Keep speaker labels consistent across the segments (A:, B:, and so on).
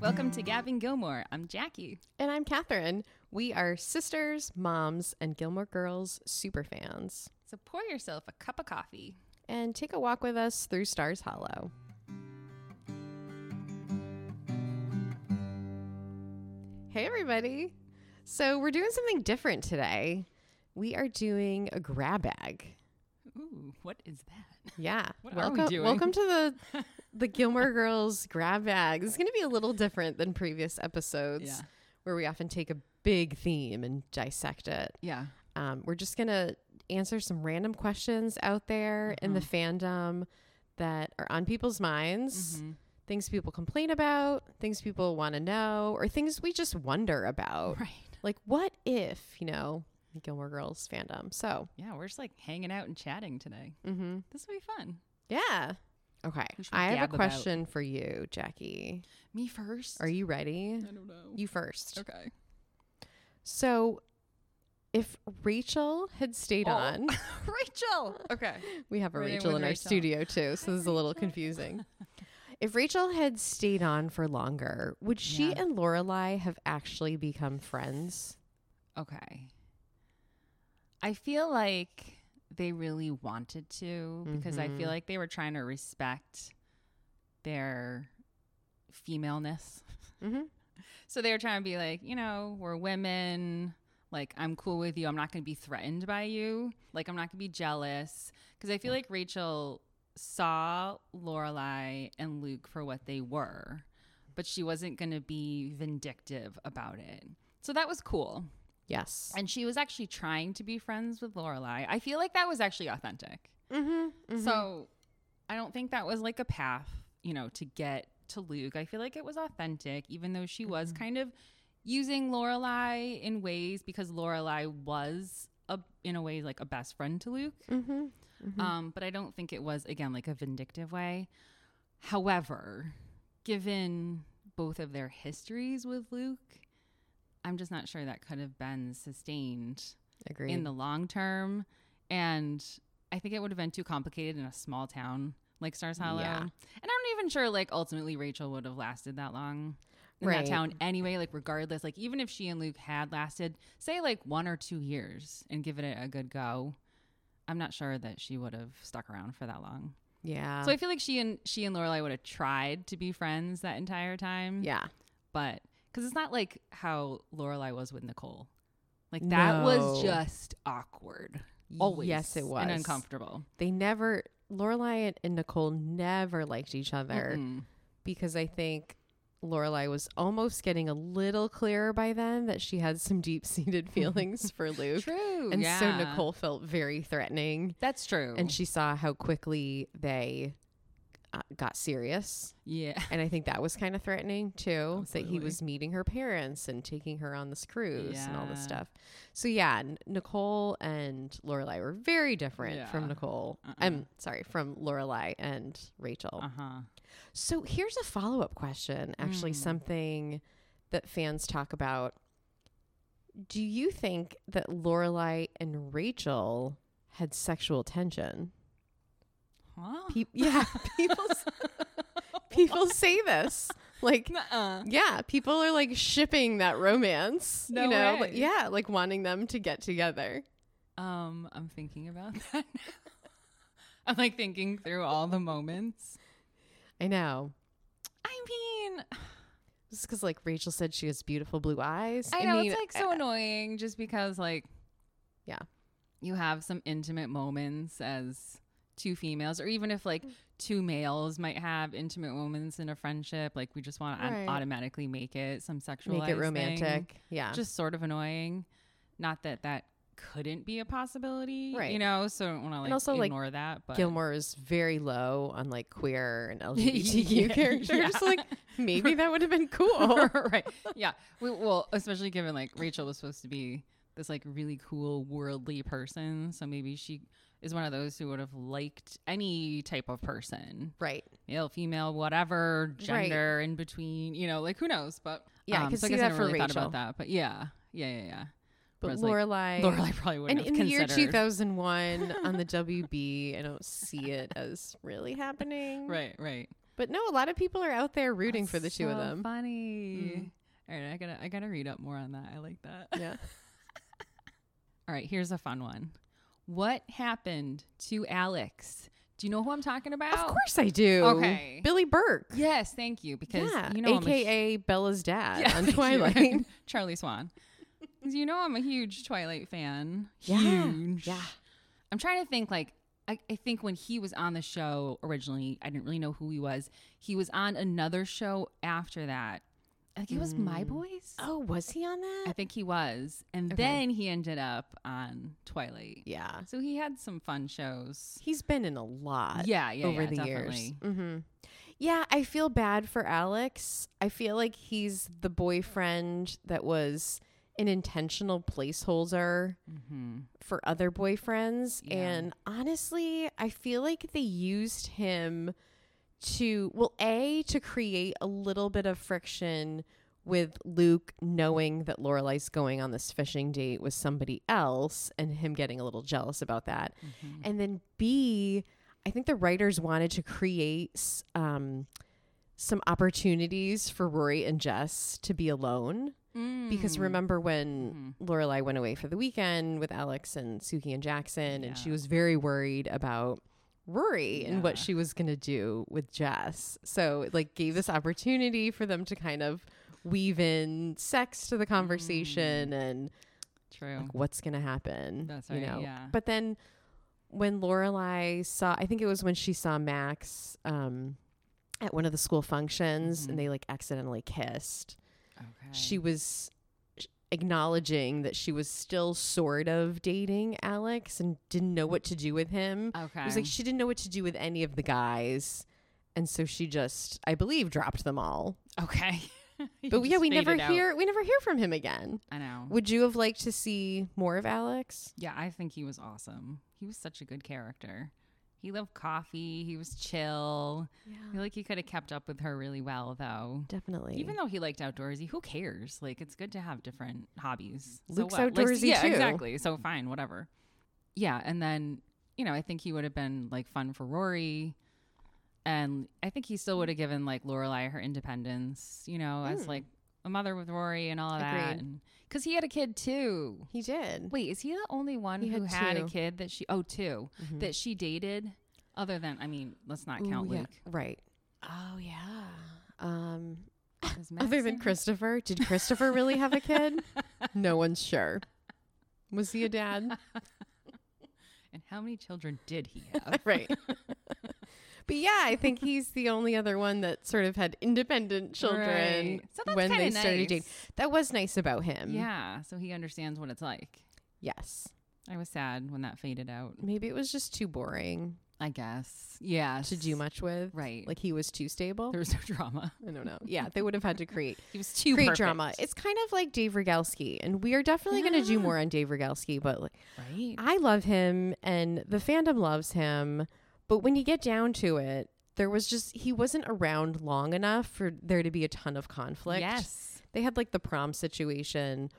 A: Welcome to Gavin Gilmore. I'm Jackie.
B: And I'm Catherine. We are sisters, moms, and Gilmore Girls superfans.
A: So pour yourself a cup of coffee.
B: And take a walk with us through Stars Hollow. Hey, everybody. So, we're doing something different today. We are doing a grab bag.
A: Ooh, what is that?
B: Yeah.
A: What are we
B: welcome,
A: doing?
B: welcome to the the Gilmore Girls grab bag. It's going to be a little different than previous episodes
A: Yeah.
B: where we often take a big theme and dissect it.
A: Yeah.
B: Um, we're just going to answer some random questions out there in the
A: Mm-hmm.
B: fandom that are on people's minds. Things people complain about, things people want to know, or things we just wonder about.
A: Right.
B: Like, what if, you know, Gilmore Girls fandom? So,
A: Yeah, we're just like hanging out and chatting today.
B: mm-hmm.
A: This will be fun.
B: yeah. Okay.
A: Who should we
B: I have
A: gab
B: a
A: about?
B: question for you, Jackie.
A: Me first.
B: Are you ready?
A: I don't know.
B: You first.
A: okay.
B: So, if Rachel had stayed
A: Oh.
B: on,
A: Rachel. Okay.
B: we have a
A: We're there
B: Rachel
A: with
B: in our
A: Rachel.
B: studio too, so this is a little confusing. if Rachel had stayed on for longer, would she
A: Yeah.
B: and Lorelai have actually become friends?
A: Okay. I feel like they really wanted to because I
B: Mhm.
A: feel like they were trying to respect their femaleness.
B: Mm-hmm.
A: So they were trying to be like, you know, we're women. Like, I'm cool with you. I'm not going to be threatened by you. Like, I'm not going to be jealous. Because I feel like Rachel saw Lorelai and Luke for what they were, but she wasn't going to be vindictive about it. So that was cool.
B: Yes.
A: And she was actually trying to be friends with Lorelai. I feel like that was actually authentic.
B: Mm-hmm.
A: So I don't think that was like a path, you know, to get to Luke. I feel like it was authentic, even though she was
B: Mm-hmm.
A: kind of using Lorelai in ways because Lorelai was a, in a way like a best friend to Luke.
B: Mm-hmm.
A: Um, but I don't think it was again like a vindictive way. However, given both of their histories with Luke, I'm just not sure that could have been sustained
B: Agreed.
A: in the long term. And I think it would have been too complicated in a small town like Stars Hollow.
B: Yeah.
A: And I'm not even sure like ultimately Rachel would have lasted that long in
B: Right.
A: that town anyway, like regardless, like even if she and Luke had lasted, say like one or two years and given it a good go, I'm not sure that she would have stuck around for that long.
B: yeah.
A: so I feel like she and she and Lorelai would have tried to be friends that entire time
B: yeah.
A: but because it's not like how Lorelai was with Nicole. Like that was
B: No.
A: just awkward. Always.
B: Yes, it was.
A: And uncomfortable.
B: They never. Lorelai and Nicole never liked each other
A: Mm-mm.
B: because I think Lorelai was almost getting a little clearer by then that she had some deep-seated feelings for Luke.
A: True.
B: And so
A: yeah.
B: Nicole felt very threatening,
A: That's true.
B: and she saw how quickly they uh, got serious,
A: Yeah.
B: and I think that was kind of threatening too. That he
A: Absolutely.
B: was meeting her parents and taking her on this cruise and all this
A: Yeah.
B: stuff. So yeah, N- Nicole and Lorelai were very different
A: Yeah.
B: from Nicole.
A: Uh-uh.
B: I'm sorry, from Lorelai and Rachel.
A: Uh huh.
B: So here's a follow up question, actually,
A: Mm.
B: something that fans talk about. Do you think that Lorelai and Rachel had sexual tension?
A: Huh?
B: Pe- yeah, people s- people say this. Like,
A: Nuh-uh.
B: yeah, people are like shipping that romance.
A: No
B: you know, like-
A: way.
B: yeah, like wanting them to get together.
A: Um, I'm thinking about that. now. I'm like thinking through all the moments.
B: I know.
A: I mean,
B: Just because, like Rachel said, she has beautiful blue eyes.
A: I know
B: mean, eh,
A: it's like so annoying just because like
B: Yeah.
A: You have some intimate moments as two females or even if like two males might have intimate moments in a friendship like we just want
B: Right.
A: to automatically make it some sexual
B: make it romantic. Yeah,
A: just sort of annoying not that that couldn't be a possibility
B: Right.
A: you know so I don't want to like
B: also, like,
A: ignore that but
B: Gilmore is very low on like queer and LGBTQ
A: Yeah,
B: characters.
A: yeah.
B: Like maybe that would have been cool.
A: right. Yeah. We, well, especially given like Rachel was supposed to be this like really cool worldly person, so maybe she is one of those who would have liked any type of person,
B: right.
A: male, female, whatever, gender in between. You know, like who knows? But
B: Yeah, I
A: um,
B: could
A: so I
B: see
A: guess I
B: that
A: never
B: for
A: really thought
B: Rachel.
A: about that. But yeah, yeah, yeah, yeah.
B: But
A: Whereas, like,
B: Lorelai
A: Lorelai probably wouldn't
B: and
A: have
B: in the year
A: considered.
B: 2001 on the WB, I don't see it as really happening.
A: Right, right.
B: But no, a lot of people are out there rooting for the
A: That's
B: two of
A: so
B: them. Mm.
A: Funny. All right, I gotta I gotta read up more on that. I like that.
B: Yeah.
A: All right, here's a fun one. What happened to Alex? Do you know who I'm talking about?
B: Of course I do.
A: Okay.
B: Billy Burke.
A: Yes, thank you. Because
B: Yeah.
A: you know, I'm a hu-
B: AKA Bella's dad
A: Yeah, thank
B: on
A: you.
B: Twilight.
A: Charlie Swan. 'Cause you know I'm a huge Twilight fan.
B: Yeah,
A: Huge.
B: yeah.
A: I'm trying to think like I, I think when he was on the show originally, I didn't really know who he was. He was on another show after that. I think it was My Boys.
B: oh, was he on that?
A: I think he was. And
B: Okay.
A: then he ended up on Twilight.
B: yeah.
A: So he had some fun shows.
B: He's been in a lot.
A: Yeah, yeah,
B: over
A: yeah,
B: the years.
A: definitely.
B: hmm Yeah, I feel bad for Alex. I feel like he's the boyfriend that was an intentional placeholder
A: hmm
B: for other boyfriends.
A: Yeah.
B: And honestly, I feel like they used him to, well, A, to create a little bit of friction with Luke knowing that Lorelai's going on this fishing date with somebody else and him getting a little jealous about that. And then B, I think the writers wanted to create s- um, some opportunities for Rory and Jess to be alone
A: Mm-hmm.
B: because remember when Lorelai went away for the weekend with Alex and Suki and Jackson, and she
A: Yeah.
B: was very worried about Rory and what
A: Yeah.
B: she was going to do with Jess. So it like gave this opportunity for them to kind of weave in sex to the conversation and
A: Mm-hmm. True.
B: like what's going to happen.
A: That's
B: You
A: right,
B: know?
A: yeah.
B: But then when Lorelai saw, I think it was when she saw Max. Um, at one of the school functions,
A: Mhm.
B: and they like accidentally kissed
A: Okay.
B: she was sh- acknowledging that she was still sort of dating Alex and didn't know what to do with him.
A: okay.
B: It was like she didn't know what to do with any of the guys. And so she just, I believe, dropped them all.
A: okay. You
B: But yeah,
A: just
B: we never
A: faded out.
B: hear we never hear from him again.
A: I know.
B: Would you have liked to see more of Alex?
A: Yeah, I think he was awesome. He was such a good character. He loved coffee. He was chill. I
B: Yeah,
A: feel like he could have kept up with her really well, though.
B: definitely.
A: Even though he liked outdoorsy, who cares? Like, it's good to have different hobbies.
B: Luke's
A: what? Like,
B: outdoorsy,
A: yeah,
B: too.
A: exactly. So fine, whatever. Yeah, and then you know, I think he would have been like fun for Rory, and I think he still would have given like Lorelai her independence. You know, as
B: Mm.
A: like a mother with Rory and all of that,
B: Agreed.
A: because he had a kid too.
B: he did.
A: Wait, is he the only one
B: He
A: who had,
B: had
A: a
B: two.
A: kid that she? Oh, two
B: Mhm.
A: that she dated. Other than, I mean, let's not count
B: Ooh, yeah,
A: Luke.
B: Right. Oh yeah. Um
A: Is
B: Other
A: Max
B: than
A: in?
B: Christopher, did Christopher really have a kid? No one's sure. Was he a dad?
A: And how many children did he have?
B: right. but yeah, I think he's the only other one that sort of had independent children
A: Right. So that's
B: when
A: kinda
B: they started
A: nice.
B: dating. That was nice about
A: Um,
B: him.
A: Yeah, so he understands what it's like.
B: Yes.
A: I was sad when that faded out.
B: Maybe it was just too boring
A: I guess. Yeah.
B: to do much with.
A: Right.
B: Like he was too stable.
A: There was no drama.
B: I don't know. Yeah, they would have had to create
A: He was too
B: create
A: perfect.
B: drama. It's kind of like Dave Rogalski, and we are definitely going to do
A: Yeah.
B: more on Dave Rogalski, but like.
A: right.
B: I love him and the fandom loves him, but when you get down to it, there was just he wasn't around long enough for there to be a ton of conflict.
A: Yes.
B: They had like the prom situation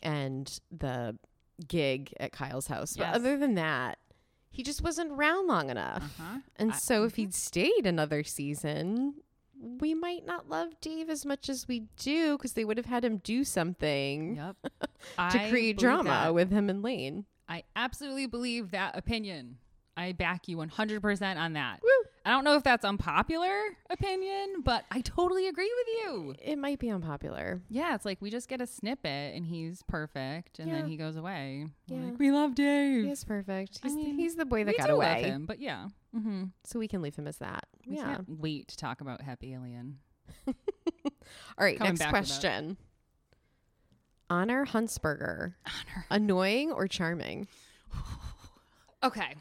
B: and the gig at Kyle's house. But
A: Yes.
B: other than that, he just wasn't around long enough.
A: Uh-huh.
B: And
A: I-
B: so if
A: mhm.
B: he'd stayed another season, we might not love Dave as much as we do because they would have had him do something
A: Yep.
B: to
A: I believe
B: create drama
A: that.
B: with him and Lane.
A: I absolutely believe that opinion. I back you 100% on that.
B: Woo.
A: I don't know if that's unpopular opinion, but I totally agree with you.
B: It might be unpopular.
A: Yeah, it's like we just get a snippet and he's perfect and
B: Yeah.
A: then he goes away. We're
B: Yeah.
A: like, we love Dave.
B: He is perfect.
A: Mm. I
B: He's,
A: mean,
B: he's the boy that
A: we
B: got
A: do
B: away.
A: love him, but yeah. Mm-hmm.
B: So we can leave him as that.
A: We
B: yeah.
A: can't wait to talk about Happy Alien.
B: All right.
A: Coming
B: Next
A: back to that.
B: question. Honor Huntsberger.
A: Honor.
B: Annoying or charming?
A: Okay.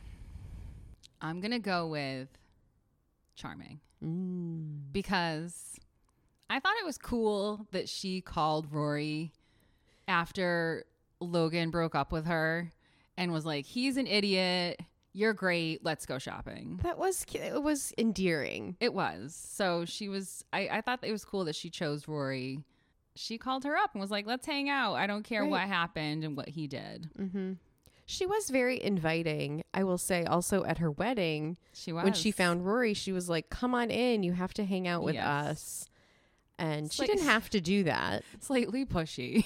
A: I'm going to go with charming
B: Mm.
A: because I thought it was cool that she called Rory after Logan broke up with her and was like, he's an idiot. You're great. Let's go shopping.
B: That was cu- it was endearing.
A: It was. So she was, I, I thought it was cool that she chose Rory. She called her up and was like, let's hang out. I don't care
B: Right.
A: what happened and what he did.
B: hmm She was very inviting. I will say also at her wedding
A: She was.
B: when she found Rory, she was like, "Come on in. You have to hang out with
A: Yes.
B: us." and she
A: like-
B: didn't have to do that.
A: Slightly pushy.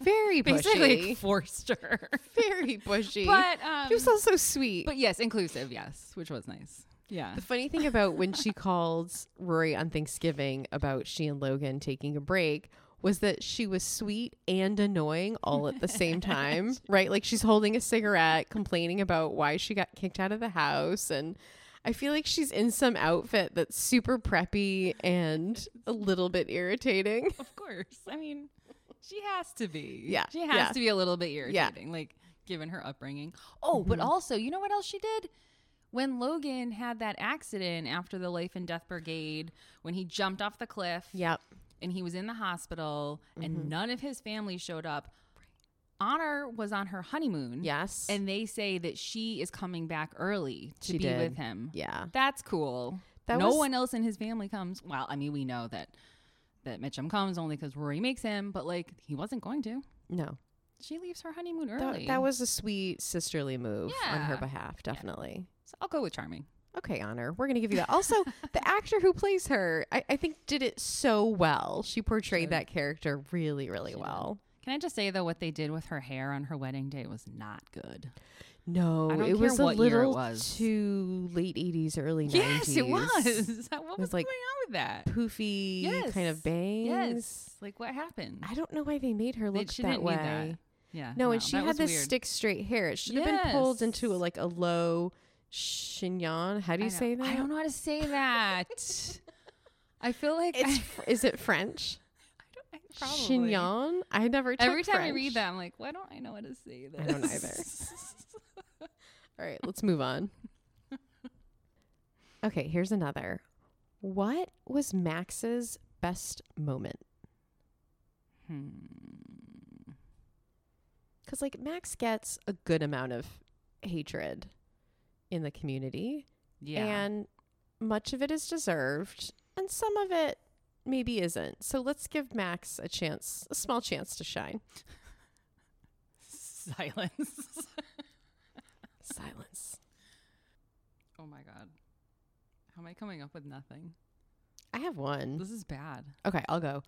B: Very
A: Basically
B: pushy.
A: like, forced her.
B: Very pushy.
A: But um,
B: she was also sweet.
A: but yes, inclusive, yes, which was nice. Yeah.
B: the funny thing about when she called Rory on Thanksgiving about she and Logan taking a break was that she was sweet and annoying all at the same time, right? Like she's holding a cigarette, complaining about why she got kicked out of the house and I feel like she's in some outfit that's super preppy and a little bit irritating.
A: Of course. I mean, she has to be.
B: Yeah,
A: She has
B: yeah. Mm-hmm.
A: to be a little bit irritating, like given her upbringing. Oh, but also, you know what else she did? When Logan had that accident after the Life and Death Brigade, when he jumped off the cliff
B: Yep.
A: and he was in the hospital
B: Mm-hmm.
A: and none of his family showed up, Honor was on her honeymoon.
B: Yes.
A: And they say that she is coming back early to
B: She
A: be
B: did.
A: with him.
B: yeah.
A: That's cool.
B: That
A: no
B: was-
A: one else in his family comes. Well, I mean, we know that that Mitchum comes only because Rory makes him, but like he wasn't going to.
B: No.
A: She leaves her honeymoon early.
B: That, that was a sweet sisterly move on her
A: Yeah.
B: behalf, definitely.
A: So I'll go with charming.
B: Okay, Honor, we're going to give you that. Also, the actor who plays her, I, I think, did it so well. She portrayed that character really, really well.
A: Can I just say though, what they did with her hair on her wedding day was not good.
B: No,
A: I don't
B: it
A: care
B: was a
A: what year it
B: little
A: was.
B: too late 80s, early 90s.
A: Yes, it was. what was,
B: like,
A: going on with that?
B: Poofy kind
A: Yes,
B: of bangs.
A: Yes, like what happened?
B: I don't know why they made her
A: They-
B: look
A: she
B: that
A: didn't
B: way.
A: need that. Yeah.
B: No, and she
A: that
B: had
A: was
B: this
A: weird.
B: stick straight hair. It should have been pulled into a,
A: Yes.
B: like a low chignon. How do
A: I
B: you
A: know-
B: say that?
A: I don't know how to say that. I feel like
B: It's
A: I,
B: fr- is it French?
A: I probably
B: Chignon? I never took
A: Every time I
B: French.
A: read that, I'm like, why don't I know how to say this?
B: I don't either. All right, let's move on. Okay, here's another. What was Max's best moment?
A: Hmm.
B: Because, like, Max gets a good amount of hatred in the community,
A: Yeah.
B: and much of it is deserved, and some of it maybe isn't. So, let's give Max a chance, a small chance to shine.
A: Silence.
B: Silence.
A: oh my God. How am I coming up with nothing?
B: I have one.
A: This is bad.
B: Okay, I'll go.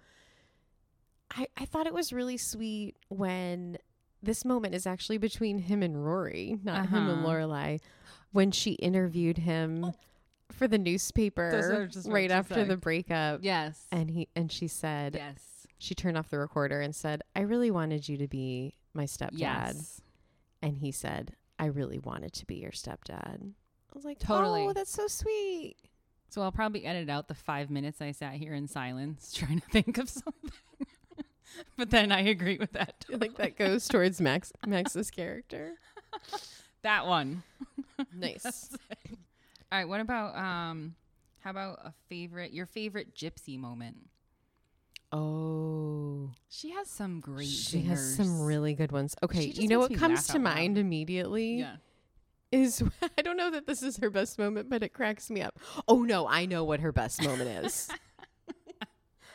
B: I, I thought it was really sweet when this moment is actually between him and Rory, not him and
A: Uh-huh.
B: Lorelai, when she interviewed him for the
A: what I
B: newspaper
A: was just about
B: right
A: to
B: after
A: say.
B: the breakup.
A: Yes.
B: And he and she said
A: yes.
B: she turned off the recorder and said, I really wanted you to be my stepdad.
A: Yes.
B: And he said, I really wanted to be your stepdad. I was like,
A: Totally.
B: Oh, that's so sweet.
A: So I'll probably edit out the five minutes I sat here in silence trying to think of something. but then I agree with that.
B: I feel like that goes towards Max Max's character.
A: That one.
B: Nice.
A: All right. What about um? How about a favorite? Your favorite gypsy moment?
B: Oh,
A: She has some great.
B: she has some
A: zingers.
B: really good ones. Okay,
A: just
B: you know
A: makes
B: what
A: me
B: comes
A: laugh
B: to
A: out loud.
B: mind immediately
A: Yeah.
B: is I don't know that this is her best moment, but it cracks me up. Oh no, I know what her best moment is.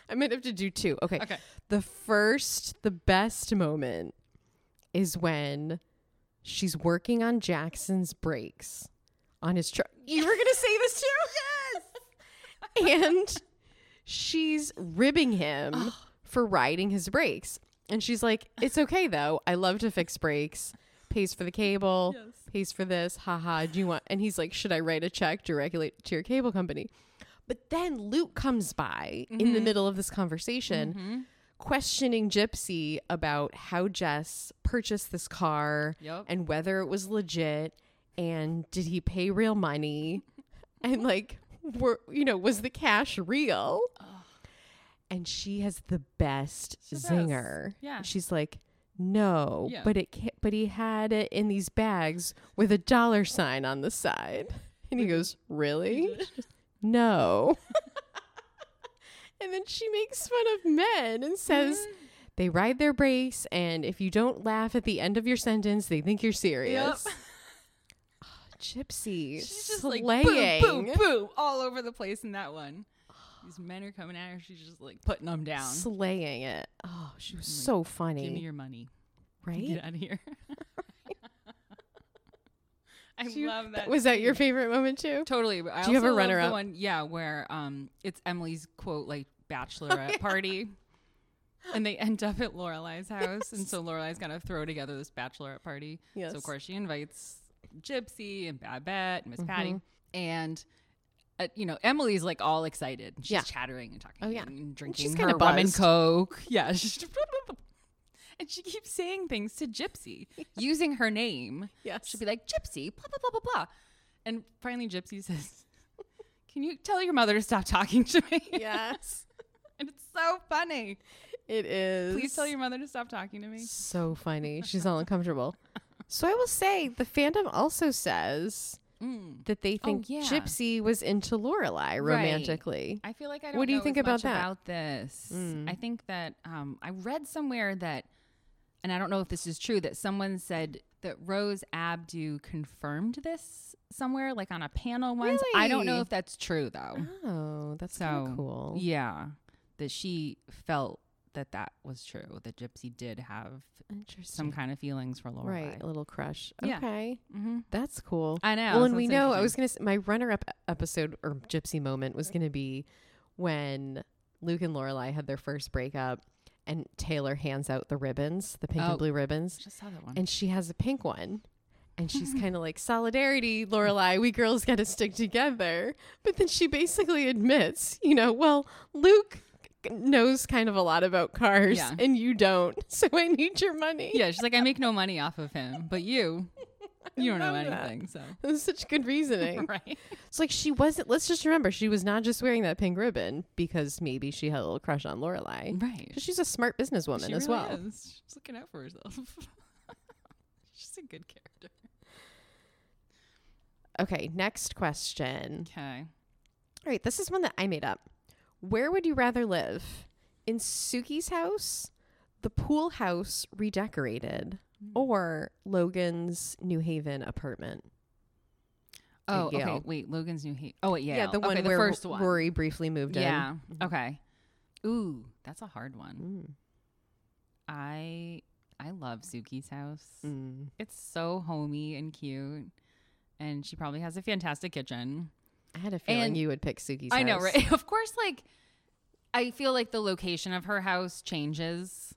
B: I might have to do two. Okay.
A: Okay.
B: The first, the best moment is when she's working on Jackson's brakes on his truck. You were going to say this too? Yes. and she's ribbing him for riding his brakes. And she's like, It's okay though. I love to fix brakes. Pays for the cable, pays for this. Haha. Do you want? And he's like, Should I write a check directly to your cable company? But then Luke comes by in the middle of this conversation questioning Gypsy about how Jess purchased this car
A: Yep.
B: and whether it was legit and did he pay real money and like were you know was the cash real and she has the best
A: She does.
B: zinger
A: Yeah.
B: she's like no
A: Yeah.
B: but it ca but he had it in these bags with a dollar sign on the side and he goes really no and then she makes fun of men and says they ride their brakes and if you don't laugh at the end of your sentence they think you're serious gypsy
A: She's just
B: slaying
A: like boom, boom, boom, all over the place in that one. These men are coming at her. She's just like putting them down.
B: slaying it oh she was so funny
A: Give me your money.
B: right
A: Get out of here. I
B: Do you-
A: love that.
B: was that your favorite moment too
A: totally? But I
B: Do you have a
A: also love the
B: runner-up?
A: One, yeah, where um, it's Emily's quote like bachelorette party. And they end up at Lorelai's house. And so Lorelai's got to throw together this bachelorette party.
B: Yes.
A: So, of course, she invites Gypsy and Babette and
B: Mm-hmm.
A: Miss Patty. And, uh, you know, Emily's like all excited. She's
B: Yeah.
A: chattering and talking
B: Oh, yeah.
A: and drinking
B: she's
A: she's
B: kinda
A: her rum and
B: buzzed.
A: coke. Yeah. she's just- and she keeps saying things to Gypsy using her name.
B: Yes.
A: She'll be like, Gypsy, blah, blah, blah, blah, blah. And finally, Gypsy says, Can you tell your mother to stop talking to me?
B: yes.
A: And it's so funny.
B: It is.
A: Please tell your mother to stop talking to me.
B: So funny. She's all uncomfortable. So I will say the fandom also says
A: Mm.
B: that they think
A: yeah.
B: Gypsy was into Lorelai romantically.
A: I feel like I
B: What
A: don't
B: do you
A: know
B: think
A: as
B: about
A: much
B: that? Mm.
A: about this. I think that um, I read somewhere that, and I don't know if this is true, that someone said that Rose Abdu confirmed this somewhere, like on a panel once. I don't know
B: Really?
A: if that's true though.
B: Oh, that's kind
A: So
B: of cool.
A: Yeah, that she felt that that was true. That Gypsy did have
B: Interesting.
A: some kind of feelings for Laura.
B: right, a little crush.
A: Yeah.
B: Okay,
A: Mm-hmm.
B: that's cool.
A: I know.
B: well,
A: so
B: and we
A: it's
B: know I
A: interesting.
B: was gonna s my runner-up e, episode or Gypsy moment was gonna be when Luke and Lorelai had their first breakup, and Taylor hands out the ribbons, the pink
A: Oh.
B: and blue ribbons,
A: just saw that one.
B: and she has a pink one. And she's kind of like, solidarity, Lorelai, we girls got to stick together. But then she basically admits, you know, well, Luke knows kind of a lot about cars
A: Yeah.
B: and you don't. So I need your money.
A: yeah, she's like, I make no money off of him, but you, you don't know
B: love that.
A: anything.
B: That was such good
A: So
B: reasoning.
A: right.
B: it's like she wasn't, let's just remember, she was not just wearing that pink ribbon because maybe she had a little crush on Lorelai.
A: Right.
B: 'Cause She's a smart businesswoman as well.
A: Is. She's looking out for herself. she's a good character.
B: Okay, next question.
A: Okay.
B: All right, this is one that I made up. Where would you rather live? In Suki's house, the pool house redecorated,
A: Hmm.
B: or Logan's New Haven apartment?
A: Oh, okay.
B: Yale.
A: Wait, Logan's new heat. Oh, wait, yeah.
B: the one
A: okay,
B: where
A: the first one.
B: Rory briefly moved
A: yeah.
B: in.
A: Okay. Ooh, that's a hard one.
B: Mm.
A: I I love Suki's house.
B: Mm.
A: It's so homey and cute. And she probably has a fantastic kitchen.
B: I had a feeling
A: And-
B: you would pick Suki's
A: I know,
B: house.
A: right? Of course, like I feel like the location of her house changes.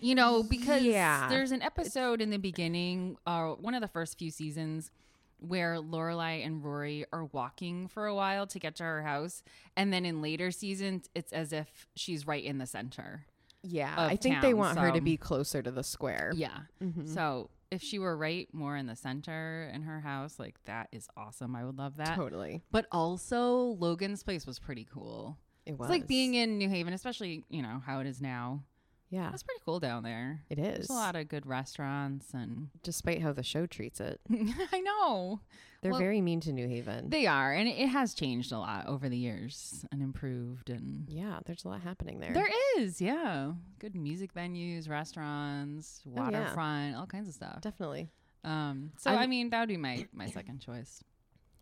A: You know, because
B: Yeah.
A: there's an episode in the beginning, or one of the first few seasons, where Lorelai and Rory are walking for a while to get to her house, and then in later seasons, it's as if she's right in the center.
B: Yeah,
A: of
B: I think they
A: town,
B: want her to
A: so-
B: be closer to the square.
A: Yeah.
B: Mhm.
A: So if she were right more in the center in her house, like that is awesome. I would love that.
B: Totally,
A: But also, Logan's place was pretty cool.
B: it was
A: It's like being in New Haven, especially you know how it is now.
B: Yeah,
A: That's pretty cool down there.
B: it is.
A: There's a lot of good restaurants, and
B: Despite how the show treats it,
A: I know
B: they're
A: Well,
B: very mean to New Haven.
A: they are, and it has changed a lot over the years and improved. And
B: yeah, there's a lot happening there.
A: there is, yeah, good music venues, restaurants,
B: Oh, yeah.
A: waterfront, all kinds of stuff.
B: Definitely.
A: Um, so
B: I'm-
A: I mean, that would be my my second choice.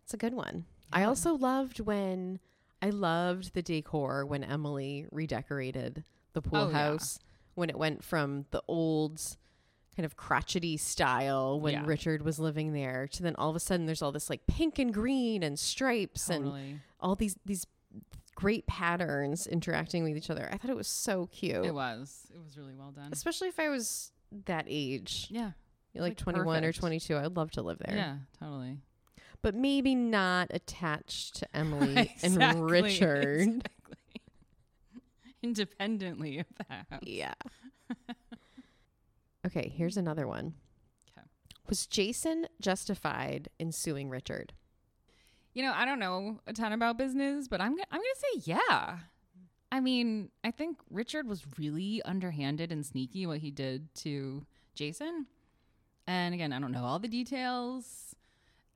B: It's a good one. I also loved when I loved the decor when Emily redecorated the pool
A: Oh, yeah.
B: house when it went from the old kind of crotchety style when
A: Yeah.
B: Richard was living there to then all of a sudden there's all this like pink and green and stripes and
A: Totally,
B: all these these great patterns interacting with each other. I thought it was so cute.
A: it was it was really well done.
B: Especially if I was that age,
A: Yeah,
B: like,
A: like,
B: 21 or
A: perfect.
B: 22, I'd love to live there.
A: yeah, totally.
B: but maybe not attached to Emily
A: Exactly,
B: and Richard.
A: exactly. independently of that.
B: Yeah. okay, here's another one.
A: 'Kay.
B: Was Jason justified in suing Richard?
A: You know, I don't know a ton about business, but I'm gonna, I'm going to say yeah. I mean, I think Richard was really underhanded and sneaky what he did to Jason. And again, I don't know all the details.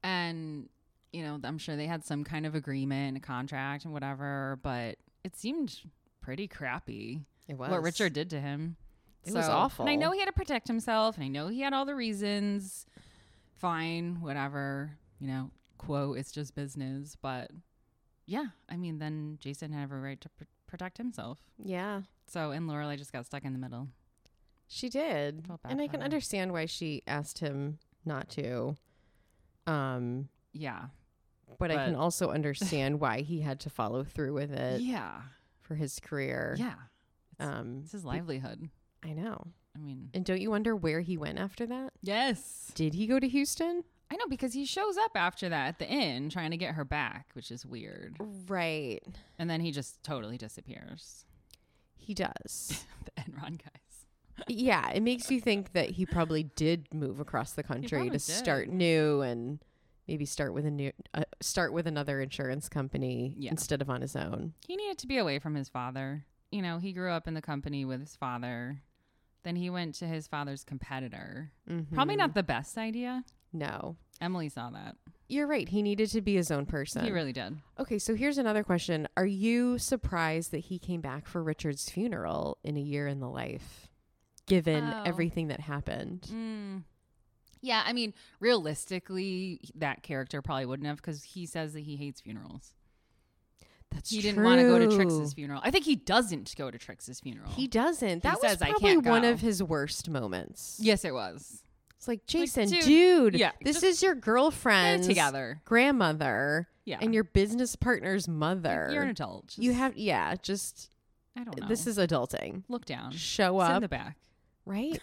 A: And you know, I'm sure they had some kind of agreement, a contract and whatever, but it seemed pretty crappy
B: It was.
A: what Richard did to him.
B: It was
A: And I know
B: awful.
A: he had to protect himself, and I know he had all the reasons. Fine, whatever. You know, quote, it's just business. But yeah, I mean, then Jason had every right to pr- protect himself.
B: Yeah,
A: So, and Lorelai just got stuck in the middle.
B: she did.
A: Felt bad
B: And I
A: for
B: can
A: her.
B: understand why she asked him not to. Um,
A: Yeah.
B: but, I can
A: But-
B: also understand why he had to follow through with it
A: yeah.
B: for his career.
A: Yeah. It's,
B: Um,
A: it's his livelihood.
B: I know.
A: I mean,
B: And don't you wonder where he went after that?
A: yes.
B: Did he go to Houston?
A: I know because he shows up after that at the inn trying to get her back, which is weird.
B: Right.
A: And then he just totally disappears.
B: He does.
A: the Enron guys.
B: yeah, it makes you think that he probably did move across the country to
A: probably
B: start new and maybe start with a new uh, start with another insurance company
A: Yeah.
B: instead of on his own.
A: He needed to be away from his father. You know, he grew up in the company with his father. Then he went to his father's competitor. Probably not the best idea.
B: Mm-hmm. No.
A: Emily saw that.
B: You're right. He needed to be his own person.
A: He really did.
B: okay, so here's another question. Are you surprised that he came back for Richard's funeral in a year in the life given
A: Oh.
B: everything that happened?
A: Mm. Yeah, I mean, realistically, that character probably wouldn't have because he says that he hates funerals.
B: That's
A: he didn't want to go to
B: true.
A: Trix's funeral. I think he doesn't go to Trix's funeral.
B: He doesn't. That was
A: says, "I
B: probably
A: can't
B: one
A: go."
B: of his worst moments.
A: yes, it was.
B: It's like, Jason,
A: dude,
B: dude,
A: yeah,
B: this
A: just
B: is your
A: Get it
B: girlfriend's
A: together.
B: grandmother
A: Yeah,
B: and your business partner's mother.
A: you're an adult. Just-
B: You have, yeah, just
A: I don't know.
B: this is adulting.
A: look down.
B: Show
A: Sit in
B: up,
A: the back.
B: right?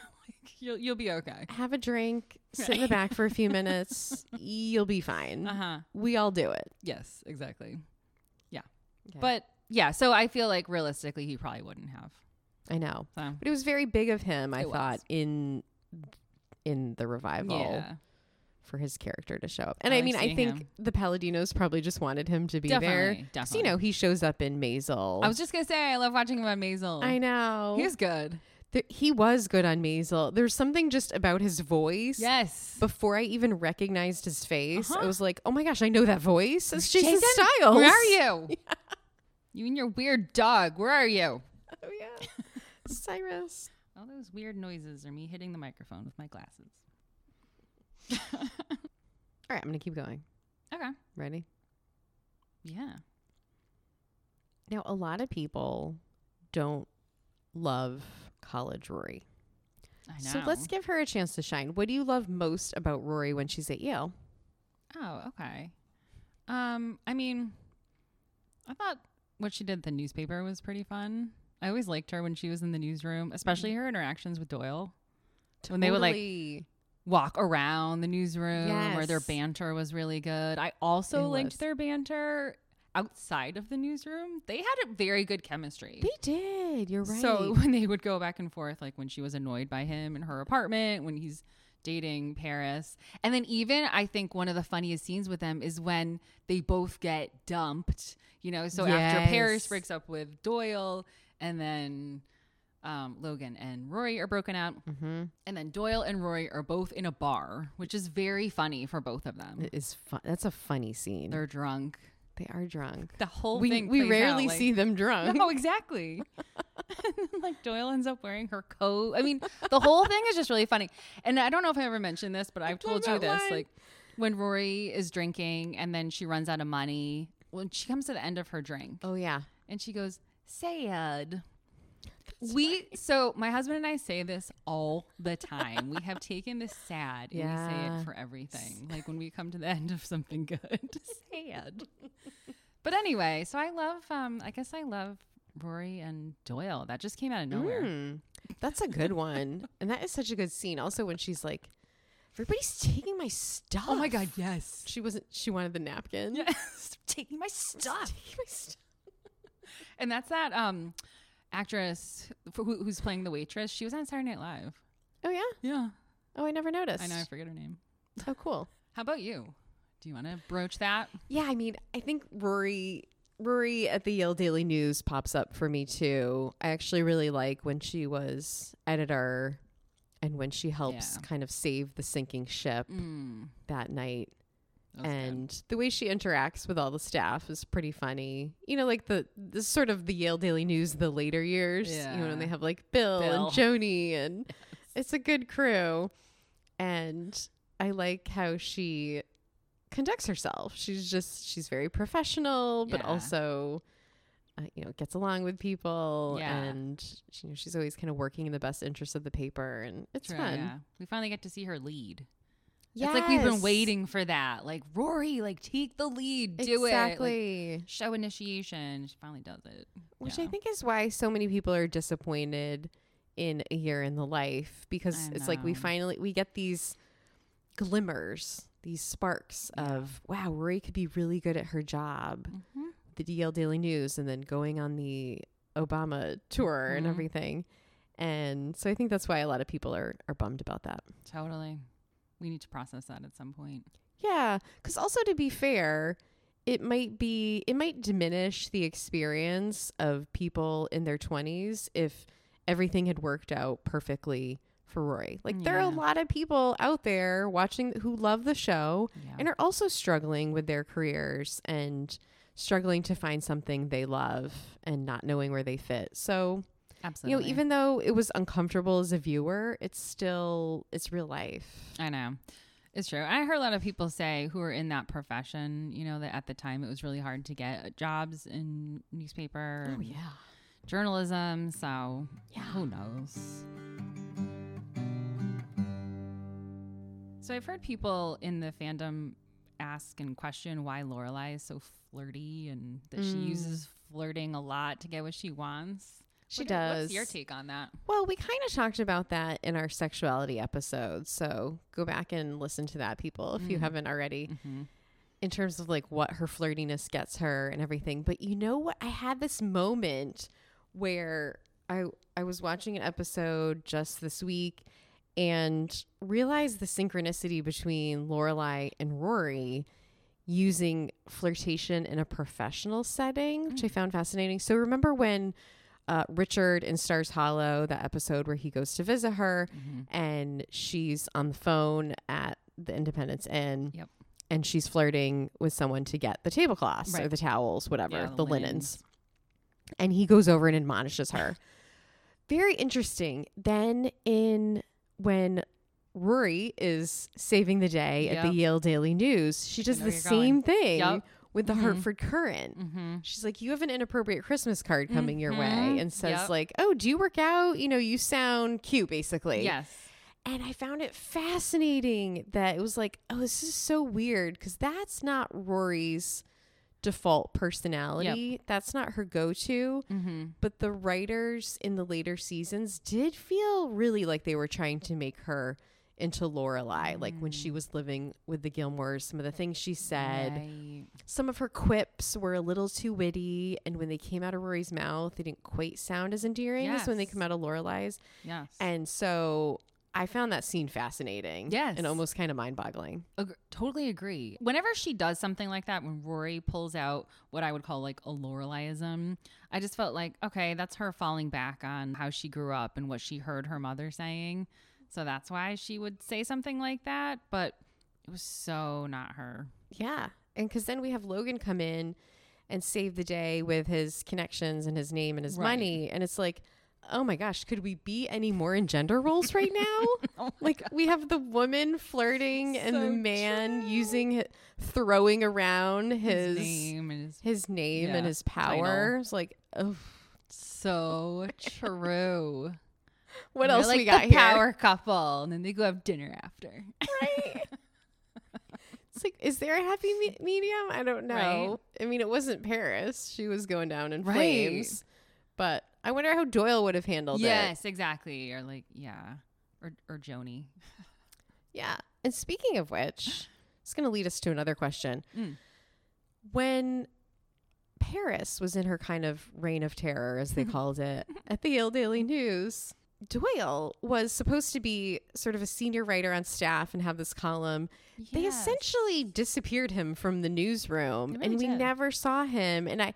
A: You'll you'll be okay.
B: Have a drink, sit in the
A: Right.
B: back for a few minutes. You'll be fine.
A: Uh huh.
B: We all do it.
A: Yes, exactly. Yeah,
B: Okay.
A: but yeah. So I feel like realistically, he probably wouldn't have.
B: I know.
A: So
B: But it was very big of him, I
A: It was.
B: thought, in in the revival.
A: yeah,
B: for his character to show up. And
A: Oh, I
B: I,
A: like
B: mean, I
A: seeing
B: think
A: him.
B: the Paladinos probably just wanted him to be there.
A: definitely,
B: 'Cause, you
A: definitely.
B: know, he shows up in Maisel.
A: I was just gonna say I love watching him on Maisel.
B: I know.
A: He was good.
B: There- he was good on Maisel. There's something just about his voice.
A: Yes.
B: Before I even recognized his face, I
A: Uh-huh.
B: was like, oh my gosh, I know that voice. It's Jason,
A: Jason,
B: Styles.
A: Where are you? You and your weird dog. Where are you?
B: Oh, yeah. Cyrus.
A: All those weird noises are me hitting the microphone with my glasses.
B: All right, I'm going to keep going.
A: Okay.
B: Ready?
A: Yeah.
B: Now, a lot of people don't love college Rory.
A: I know.
B: So let's give her a chance to shine. What do you love most about Rory when she's at Yale?
A: Oh, okay. Um, I mean, I thought what she did at the newspaper was pretty fun. I always liked her when she was in the newsroom, especially her interactions with Doyle. When they would like
B: Totally.
A: walk around the newsroom where their
B: Yes.
A: banter was really good. I also
B: It
A: liked
B: was.
A: their banter outside of the newsroom. They had a very good chemistry.
B: They did. You're right.
A: So when they would go back and forth, like when she was annoyed by him in her apartment, when he's dating Paris. And then even I think one of the funniest scenes with them is when they both get dumped. You know, so after Paris
B: Yes.
A: breaks up with Doyle and then um, Logan and Rory are broken up.
B: mm-hmm.
A: And then Doyle and Rory are both in a bar, which is very funny for both of them.
B: it is fun. That's a funny scene. They're,
A: They're drunk.
B: drunk.
A: The whole
B: we
A: thing.
B: we
A: plays out,
B: rarely
A: like-
B: see them drunk.
A: No, exactly. and then, like Doyle ends up wearing her coat. I mean, the whole thing is just really funny. And I don't know if I ever mentioned this, but I've told you
B: love that
A: this.
B: line.
A: Like when Rory is drinking and then she runs out of money, when she comes to the end of her drink
B: Oh yeah.
A: and she goes, Sayed. We so my husband and I say this all the time. We have taken this sad and we say
B: Yeah.
A: it for everything. Like when we come to the end of something good. sad. But anyway, so I love um I guess I love Rory and Doyle. That just came out of nowhere.
B: Mm. That's a good one. and that is such a good scene. Also when she's like, Everybody's taking my stuff.
A: Oh my god, yes.
B: She wasn't she wanted the napkin.
A: Yes. Taking my stuff.
B: Taking my stuff.
A: And that's that um actress who, who's playing the waitress. She was on Saturday Night Live.
B: Oh yeah.
A: Yeah.
B: Oh I never noticed.
A: I know I forget her name.
B: Oh cool.
A: How about you? Do you want to broach that?
B: Yeah, I mean, I think Rory Rory at the Yale Daily News pops up for me too. I actually really like when she was editor and when she helps
A: Yeah.
B: kind of save the sinking ship
A: Mm,
B: that night.
A: that was good.
B: and the way she interacts with all the staff is pretty funny. You know, like the, the sort of the Yale Daily News the later years. You know,
A: Yeah.
B: and they have like Bill,
A: Bill.
B: and Joni and it's a good crew. And I like how she conducts herself. She's just she's very professional, but
A: Yeah.
B: also uh, you know gets along with people,
A: Yeah.
B: and you know she's always kind of working in the best interest of the paper, and it's
A: True,
B: fun.
A: Yeah. We finally get to see her lead. It's like we've been
B: Yes.
A: waiting for that. Like Rory, like take the lead, do it. Like,
B: exactly.
A: show initiation. She finally does it.
B: Which I
A: Yeah.
B: think is why so many people are disappointed in a year in the life because
A: I
B: it's like we
A: know.
B: finally we get these glimmers, these sparks
A: Yeah.
B: of wow, Rory could be really good at her job,
A: Mhm.
B: the DL Daily News, and then going on the Obama tour and
A: Mhm.
B: everything. And so I think that's why a lot of people are are bummed about that.
A: Totally. We need to process that at some point.
B: Yeah, because also to be fair, it might be it might diminish the experience of people in their twenties if everything had worked out perfectly for Rory. Like there are a
A: Yeah.
B: lot of people out there watching who love the show
A: Yeah.
B: and uh, are also struggling with their careers and struggling to find something they love and not knowing where they fit. So
A: Absolutely.
B: you know, even though it was uncomfortable as a viewer, it's still it's real life.
A: I know. It's true. I heard a lot of people say who are in that profession, you know, that at the time it was really hard to get jobs in newspaper,
B: Oh
A: and
B: yeah.
A: journalism. So
B: Yeah.
A: who knows? So I've heard people in the fandom ask and question why Lorelai is so flirty and that she
B: Mm.
A: uses flirting a lot to get what she wants.
B: She
A: What are-
B: does.
A: What's your take on that?
B: Well, we kind of talked about that in our sexuality episode. So go back and listen to that, people, if you
A: Mm.
B: haven't already,
A: Mm-hmm.
B: in terms of like what her flirtiness gets her and everything. But you know what? I had this moment where I I was watching an episode just this week and realized the synchronicity between Lorelai and Rory using flirtation in a professional setting, which I found fascinating. So remember when uh, Richard in Stars Hollow, that episode where he goes to visit her
A: Mm-hmm.
B: and she's on the phone at the Independence Inn.
A: Yep.
B: And she's flirting with someone to get the tablecloths or
A: Right.
B: the towels, whatever,
A: Yeah,
B: the,
A: the
B: linens. And he goes over and admonishes her. Very interesting. Then in when Rory is saving the day at the
A: Yep.
B: Yale Daily News, she does
A: know
B: the
A: where you're going.
B: same thing
A: Yep.
B: with the
A: Mhm.
B: Hartford Current.
A: Mm-hmm.
B: She's like, you have an inappropriate Christmas card coming your way,
A: Mhm.
B: and says
A: Yep.
B: like, oh, do you work out? You know, you sound cute, basically.
A: Yes.
B: And I found it fascinating that it was like, oh, this is so weird because that's not Rory's default personality. That's not her go to.
A: Mm-hmm.
B: But the writers in the later seasons did feel really like they were trying to make her into Lorelai, like when she was living with the Gilmores, some of the things she said,
A: Mm. Right.
B: some of her quips were a little too witty, and when they came out of Rory's mouth, they didn't quite sound as endearing as when they
A: Yes.
B: come out of Lorelai's.
A: Yes.
B: And so I found that scene fascinating.
A: Yes.
B: And almost kind of mind boggling.
A: Ag- totally agree. Whenever she does something like that, when Rory pulls out what I would call like a Loreleiism, I just felt like, okay, that's her falling back on how she grew up and what she heard her mother saying. So that's why she would say something like that. But it was so not her.
B: Yeah. And because then we have Logan come in and save the day with his connections and his name and his
A: Right.
B: money. And it's like, oh my gosh, could we be any more in gender roles right now? like we have the woman flirting and the
A: Oh So
B: man
A: true.
B: using, hi- throwing around his.
A: His name and his
B: his name
A: Yeah,
B: and his power. It's like, oh,
A: so true.
B: what
A: They're
B: else
A: like
B: we got
A: the
B: here?
A: Power couple, and then they go have dinner after.
B: It's like, is there a happy me- medium? I don't know.
A: Right.
B: I mean, it wasn't Paris; she was going down in
A: Right.
B: flames. But I wonder how Doyle would have handled it.
A: yes, exactly. Or like, yeah, or or Joni.
B: Yeah. And speaking of which, it's going to lead us to another question.
A: Mm.
B: When Paris was in her kind of reign of terror, as they called it, at the Yale Daily News, Doyle was supposed to be sort of a senior writer on staff and have this column. They
A: Yes.
B: essentially disappeared him from the newsroom
A: They
B: and
A: really
B: we
A: did.
B: never saw him. And I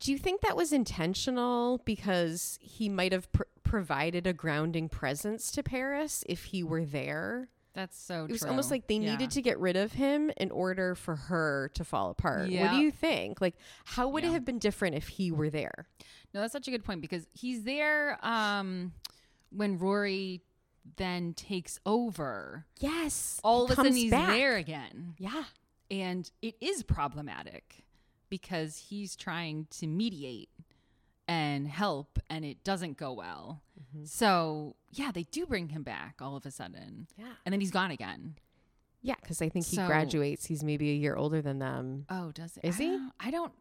B: do you think that was intentional because he might have pr- provided a grounding presence to Paris if he were there?
A: That's so
B: it was
A: true.
B: almost like they
A: Yeah.
B: needed to get rid of him in order for her to fall apart. What
A: Yeah.
B: do you think? Like, how would it
A: Yeah.
B: have been different if he were there?
A: No, that's such a good point because he's there um when Rory then takes over.
B: Yes,
A: All of a sudden
B: comes
A: he's
B: back.
A: there again.
B: Yeah,
A: And it is problematic because he's trying to mediate and help and it doesn't go well. So, yeah, they do bring him back all of a sudden.
B: yeah,
A: And then he's gone again.
B: Yeah, because I think he
A: So-
B: graduates. He's maybe a year older than them.
A: Oh, does it?
B: Is
A: I
B: he?
A: don't- I don't.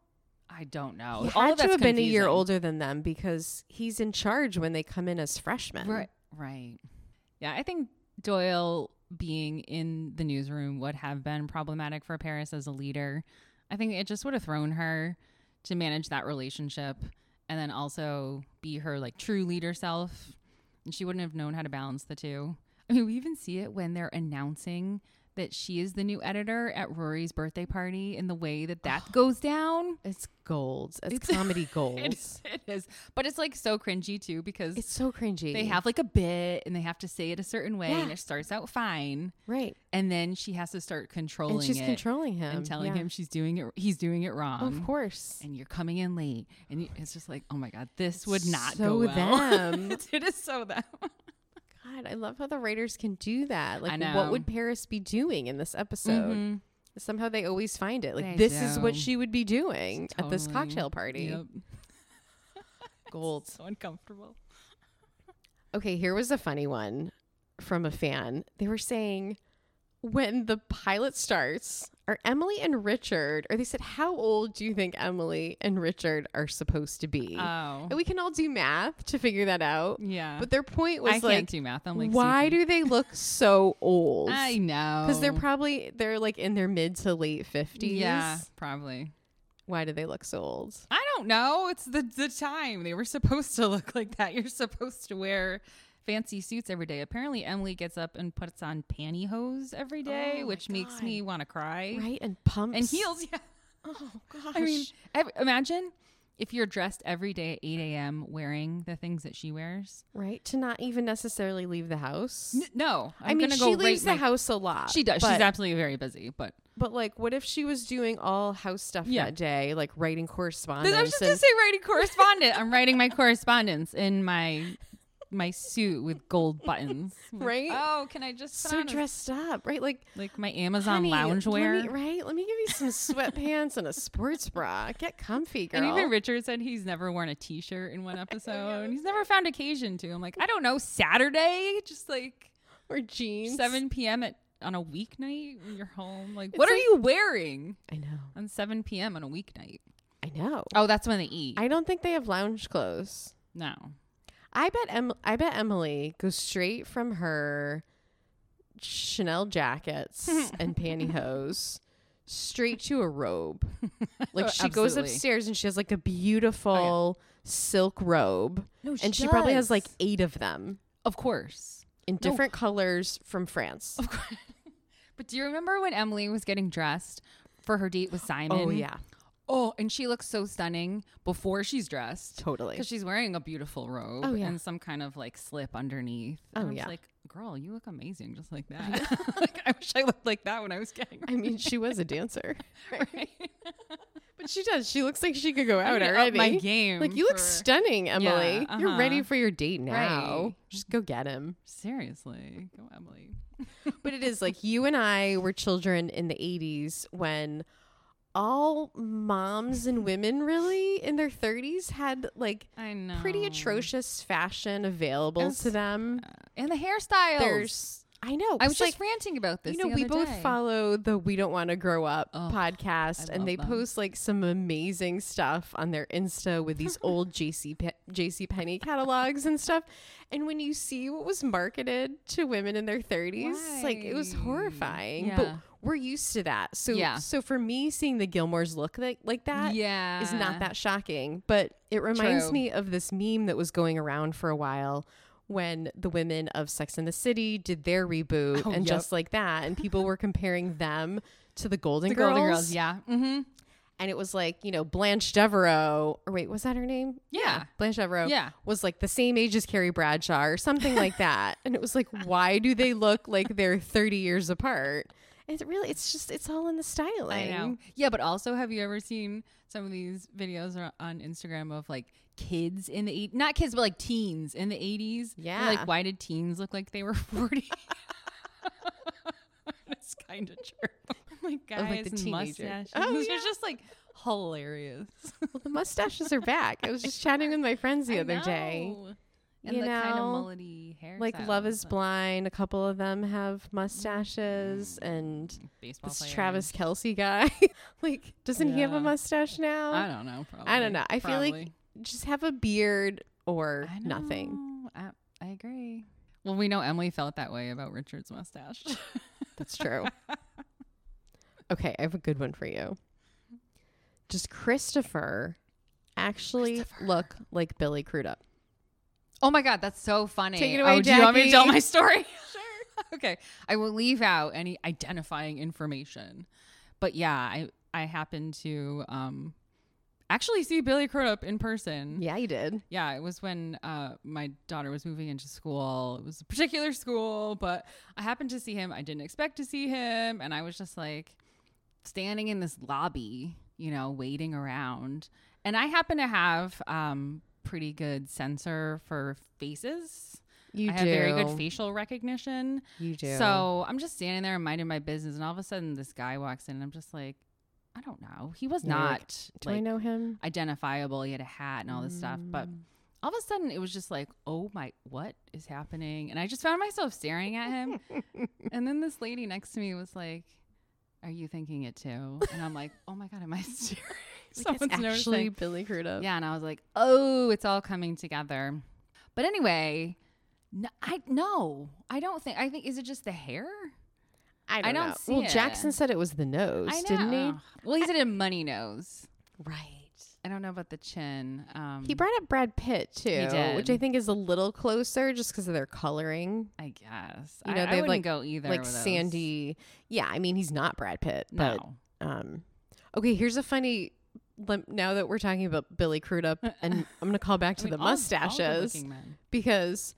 A: I don't know.
B: he
A: All
B: had
A: of
B: to have
A: that's
B: been a year
A: confusing.
B: older than them because he's in charge when they come in as freshmen.
A: Right. Right. Yeah, I think Doyle being in the newsroom would have been problematic for Paris as a leader. I think it just would have thrown her to manage that relationship and then also be her like true leader self. And she wouldn't have known how to balance the two. I mean, we even see it when they're announcing that she is the new editor at Rory's birthday party and the way that that goes down.
B: It's gold. It's,
A: It's-
B: comedy gold.
A: It is, it is. But it's like so cringy too because
B: It's so cringy.
A: they have like a bit and they have to say it a certain way and
B: Yeah.
A: it starts out fine
B: right,
A: and then she has to start controlling
B: and she's
A: it
B: controlling him "Um,
A: and telling
B: Yeah.
A: him she's doing it he's doing it wrong
B: of course.
A: and you're coming in late and you- it's just like oh my god this would not
B: So
A: go well
B: them.
A: it is so them
B: God, I love how the writers can do that. Like,
A: know.
B: what would Paris be doing in this episode?
A: Mhm.
B: Somehow Mm-hmm. they always find it. Like,
A: They
B: this is what
A: do.
B: she would be doing at this
A: Totally.
B: cocktail party.
A: Yep.
B: Gold.
A: so uncomfortable
B: Okay, here was a funny one from a fan. They were saying when the pilot starts, are Emily and Richard, or they said, how old do you think Emily and Richard are supposed to be?
A: oh
B: and we can all do math to figure that out.
A: yeah
B: But their point was
A: i can't
B: like,
A: do math i'm like
B: why
A: Susan.
B: do they look so old?
A: i know
B: Because they're probably they're like in their mid to late fifties.
A: yeah probably
B: Why do they look so old?
A: I don't know. It's the the time they were supposed to look like that. You're supposed to wear fancy suits every day. Apparently, Emily gets up and puts on pantyhose every day,
B: my
A: which makes me want to cry.
B: Right? And pumps
A: And heels. Yeah.
B: Oh gosh.
A: I mean, ev imagine if you're dressed every day at 8 a.m. wearing the things that she wears.
B: right? To not even necessarily leave the house.
A: N- no, I'm
B: I mean,
A: gonna
B: she
A: go
B: leaves
A: rate
B: the
A: my-
B: house a lot.
A: She does.
B: But,
A: She's absolutely very busy, but
B: but like, what if she was doing all house stuff
A: Yeah.
B: that day, like writing
A: I was
B: correspondence?
A: just gonna
B: and-
A: say writing correspondent. I'm writing my correspondence in my my suit with gold buttons.
B: Right?
A: Oh, can I just put
B: so
A: on a
B: dressed up, right? Like
A: like my Amazon
B: honey,
A: loungewear.
B: Let me, right? Let me give you some sweatpants and a sports bra. Get comfy, girl.
A: and even Richard said he's never worn a T-shirt in one episode. he's never found occasion to. I'm like, I don't know, Saturday, just like
B: or jeans.
A: 7 p.m. at on a weeknight when you're home. Like,
B: It's
A: what are
B: like-
A: you wearing
B: I know.
A: on 7 p.m. on a weeknight?
B: I know.
A: Oh, that's when they eat.
B: I don't think they have lounge clothes.
A: no,
B: I bet em- I bet Emily goes straight from her Chanel jackets and pantyhose straight to a robe. Like
A: Oh,
B: she goes
A: absolutely. Oh,
B: upstairs and she has like a beautiful silk robe,
A: no,
B: and she probably has like eight of them
A: of course.
B: in
A: No.
B: different colors from France.
A: Of course. but do you remember when Emily was getting dressed for her date with Simon?
B: Oh yeah,
A: Oh, and she looks so stunning before she's dressed.
B: totally.
A: Because she's wearing a beautiful robe
B: Oh, yeah.
A: and some kind of like slip underneath.
B: Oh,
A: and I'm
B: yeah.
A: just like, girl, you look amazing just like that. like, I wish I looked like that when I was getting
B: I mean, she was a dancer,
A: ready. Right?
B: but she does. She looks like she could go
A: I'm
B: out
A: gonna up oh,
B: already.
A: my game.
B: like you look
A: for-
B: stunning, Emily. You're
A: uh-huh.
B: ready for your date now.
A: Right.
B: Just go get him.
A: Seriously. Go, Emily.
B: But it is like you and I were children in the 80s when all moms and women really in their 30s had like
A: I know.
B: pretty atrocious fashion available to
A: Yes.
B: them.
A: And the hairstyles.
B: There's I know.
A: I
B: 'cause,
A: was just
B: like
A: ranting about this.
B: you know,
A: the
B: we
A: other
B: both
A: day.
B: follow the We Don't Want to Grow Up
A: Ugh,
B: podcast,
A: I
B: and
A: love
B: they
A: them.
B: post like some amazing stuff on their Insta with these old JC Pe- JC Penney catalogs and stuff. And when you see what was marketed to women in their 30s, like it was
A: Why?
B: horrifying. But
A: Yeah.
B: we're used to that. So
A: Yeah.
B: so for me, seeing the Gilmores look like, like that is
A: Yeah.
B: not that shocking, but it reminds
A: Uh. True.
B: me of this meme that was going around for a while when the women of Sex and the City did their reboot
A: Oh,
B: and
A: yep.
B: just like that, and people were comparing them to the Golden
A: The
B: Girls.
A: Golden Girls, yeah. Mm-hmm.
B: And it was like, you know, Blanche Devereaux, or wait, was that her name?
A: Yeah.
B: Blanche Devereaux
A: Yeah.
B: was like the same age as Carrie Bradshaw or something like that. And it was like, why do they look like they're 30 years apart? And It's really, it's just, it's all in the styling.
A: I know. Yeah, but also, have you ever seen some of these videos ar- on Instagram of like kids in the eight, not kids, but like teens in the eighties?
B: Yeah.
A: Like, why did teens look like they were forty? It's kind of true. Like guys
B: Of, like, the
A: and
B: teenager.
A: mustaches.
B: Oh,
A: Oh, it
B: yeah.
A: was just like hilarious.
B: Well, the mustaches are back. I was just chatting with my friends the
A: I
B: other day.
A: know. and
B: you
A: the
B: know,
A: kind of mullety hair.
B: like
A: style
B: Love
A: and
B: Is
A: stuff.
B: Blind. A couple of them have mustaches,
A: Mm.
B: and
A: Baseball
B: this
A: player.
B: Travis Kelsey guy, like, doesn't he have
A: Yeah.
B: a mustache
A: I
B: now?
A: don't know. Probably.
B: I don't know. I feel like
A: Probably.
B: Just have a beard or
A: I
B: nothing.
A: know. I, I agree. Well, we know Emily felt that way about Richard's mustache.
B: That's true. okay, I have a good one for you. Does Christopher actually
A: Christopher.
B: look like Billy Crudup?
A: Oh my god, that's so funny.
B: Take it away,
A: oh, Do you want me to tell
B: Jackie.
A: my story? sure. Okay. I will leave out any identifying information. But yeah, I I happened to um actually see Billy Crudup in person.
B: Yeah, you did.
A: Yeah, it was when uh, my daughter was moving into school. It was a particular school, but I happened to see him. I didn't expect to see him. And I was just like standing in this lobby, you know, waiting around. And I happen to have um, pretty good sensor for faces.
B: You
A: I
B: do.
A: have very good facial recognition.
B: You do.
A: So I'm just standing there and minding my business. And all of a sudden, this guy walks in. And I'm just like, I don't know. He was
B: You're like,
A: not.
B: do I
A: like,
B: know him?
A: identifiable. He had a hat and all this stuff. But
B: Mm.
A: all of a sudden, it was just like, oh my, what is happening? And I just found myself staring at him. and then this lady next to me was like, are you thinking it too? And I'm like, oh my God, am I staring?
B: Like, it's
A: Someone's
B: actually
A: noticing.
B: Billy Crudup.
A: Yeah. And I was like, oh, it's all coming together. But anyway, no, I no, I don't think. I think is it just the hair?
B: I don't,
A: don't
B: know.
A: see
B: well,
A: it.
B: Jackson said it was the nose,
A: I know.
B: didn't he?
A: Well, he said a money nose.
B: Right.
A: I don't know about the chin. Um,
B: He brought up Brad Pitt too, which I
A: did.
B: think is a little closer just because of their coloring,
A: I guess.
B: You
A: I-
B: know,
A: I,
B: they have,
A: wouldn't
B: like-
A: go either.
B: like
A: of those.
B: sandy. Yeah, I mean he's not Brad Pitt,
A: No.
B: but um, okay. Here's a funny. lim- Now that we're talking about Billy Crudup, and I'm gonna call back to
A: I mean,
B: the
A: all- all
B: mustaches
A: good-looking men.
B: because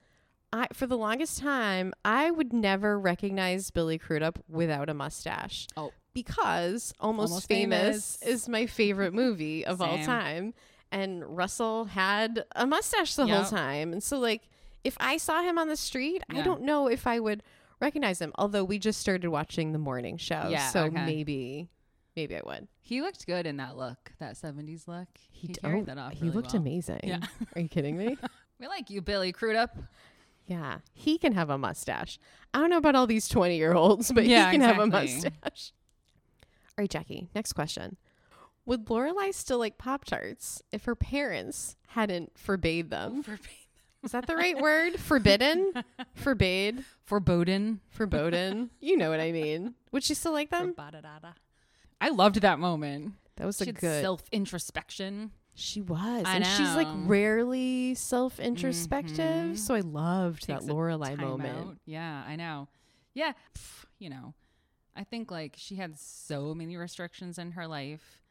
B: I, for the longest time, I would never recognize Billy Crudup without a mustache.
A: Oh.
B: because Almost,
A: Almost
B: Famous,
A: Famous.
B: is my favorite movie of all
A: Same.
B: time, and Russell had a mustache the whole
A: Yep.
B: time, and so like if I saw him on the street, I
A: Yeah.
B: don't know if I would recognize him. Although we just started watching the morning show,
A: Yeah,
B: so
A: okay.
B: maybe, maybe I would.
A: He looked good in that look, that '70s look. He,
B: d-
A: carried
B: oh,
A: that off.
B: He
A: really
B: looked
A: well.
B: amazing.
A: Yeah.
B: Are you kidding me?
A: We like you, Billy Crudup.
B: Yeah, he can have a mustache. I don't know about all these 20 year olds, but
A: Yeah,
B: he can have a
A: exactly.
B: mustache. All right, Jackie, next question. Would Lorelai still like Pop Tarts if her parents hadn't forbade them? Is that the right word? Forbidden? Forbade?
A: Foreboding.
B: Forboden? You know what I mean. Would she still like them?
A: Forbodadada. I loved that moment.
B: That was
A: She
B: Um, a
A: had
B: good.
A: self introspection.
B: she was.
A: I
B: and she's like
A: know.
B: rarely self introspective.
A: Mhm.
B: So I loved that
A: Takes a
B: Lorelai
A: time
B: moment.
A: out. Yeah, I know. Yeah, pff, you know, I think like she had so many restrictions in her life,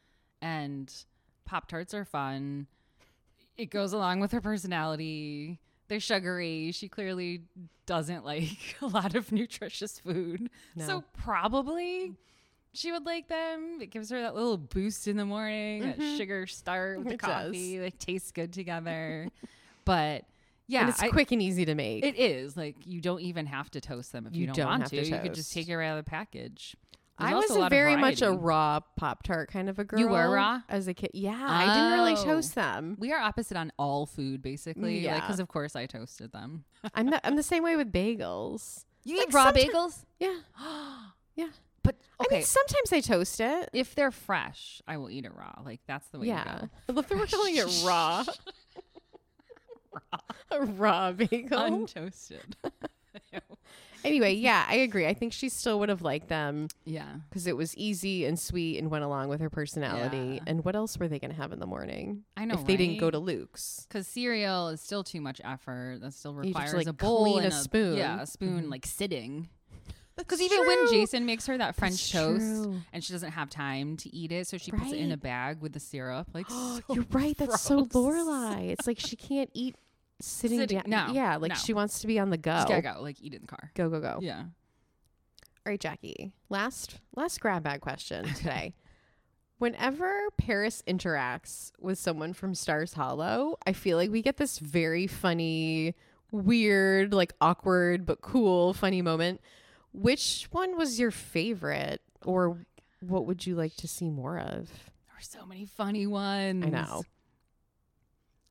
A: and Pop Tarts are fun. It goes along with her personality. They're sugary. She clearly doesn't like a lot of nutritious food.
B: No.
A: So probably she would like them. It gives her that little boost in the morning, that sugar start with the
B: Mm-hmm. It does.
A: coffee. They taste good together. but yeah,
B: and it's
A: I-
B: quick and easy to make.
A: it is like you don't even have to toast them if you,
B: You
A: don't,
B: don't
A: want
B: have
A: to.
B: to
A: You could just
B: toast.
A: take it right out of the package. There's
B: I
A: also a
B: was a
A: lot of
B: very much a
A: variety.
B: raw Pop Tart kind of a girl.
A: You were raw?
B: as a kid. Yeah, I didn't really
A: Oh.
B: toast them.
A: We are opposite on all food basically, yeah.
B: Yeah.
A: because of course I toasted them.
B: I'm the, I'm the same way with bagels.
A: You
B: Like someti-
A: bagels,
B: Yeah, yeah.
A: but
B: I
A: okay.
B: mean, sometimes I toast it.
A: if they're fresh, I will eat it raw. Like that's the way.
B: Yeah,
A: you
B: I love that we're calling it raw. a raw bagel.
A: go. untoasted.
B: anyway, yeah, I agree. I think she still would have liked them
A: yeah,
B: because it was easy and sweet and went along with her personality.
A: Yeah.
B: And what else were they going to have in the morning?
A: I know.
B: if they didn't go to Luke's.
A: because cereal is still too much effort. That still
B: You have
A: requires
B: to,
A: a
B: like,
A: bowl
B: clean
A: and
B: a spoon.
A: Yeah, a spoon like sitting. Because
B: That's
A: even when
B: true.
A: Jason makes her that French toast
B: true.
A: and she doesn't have time to eat it, so she puts it in a
B: Right.
A: bag with the syrup. Like,
B: Oh,
A: so
B: you're right. That's so
A: gross.
B: Lorelai. It's like she can't eat sitting,
A: Sitting-
B: down.
A: no,
B: yeah, like
A: no.
B: she wants to be on the go.
A: just gotta go, like, eat it in the car.
B: go, go, go. All
A: Yeah.
B: right, Jackie. Last last grab bag question today. Whenever Paris interacts with someone from Stars Hollow, I feel like we get this very funny, weird, like awkward but cool, funny moment. Which one was your favorite,
A: Oh
B: or what would you like to see more of?
A: There were so many funny ones.
B: I know.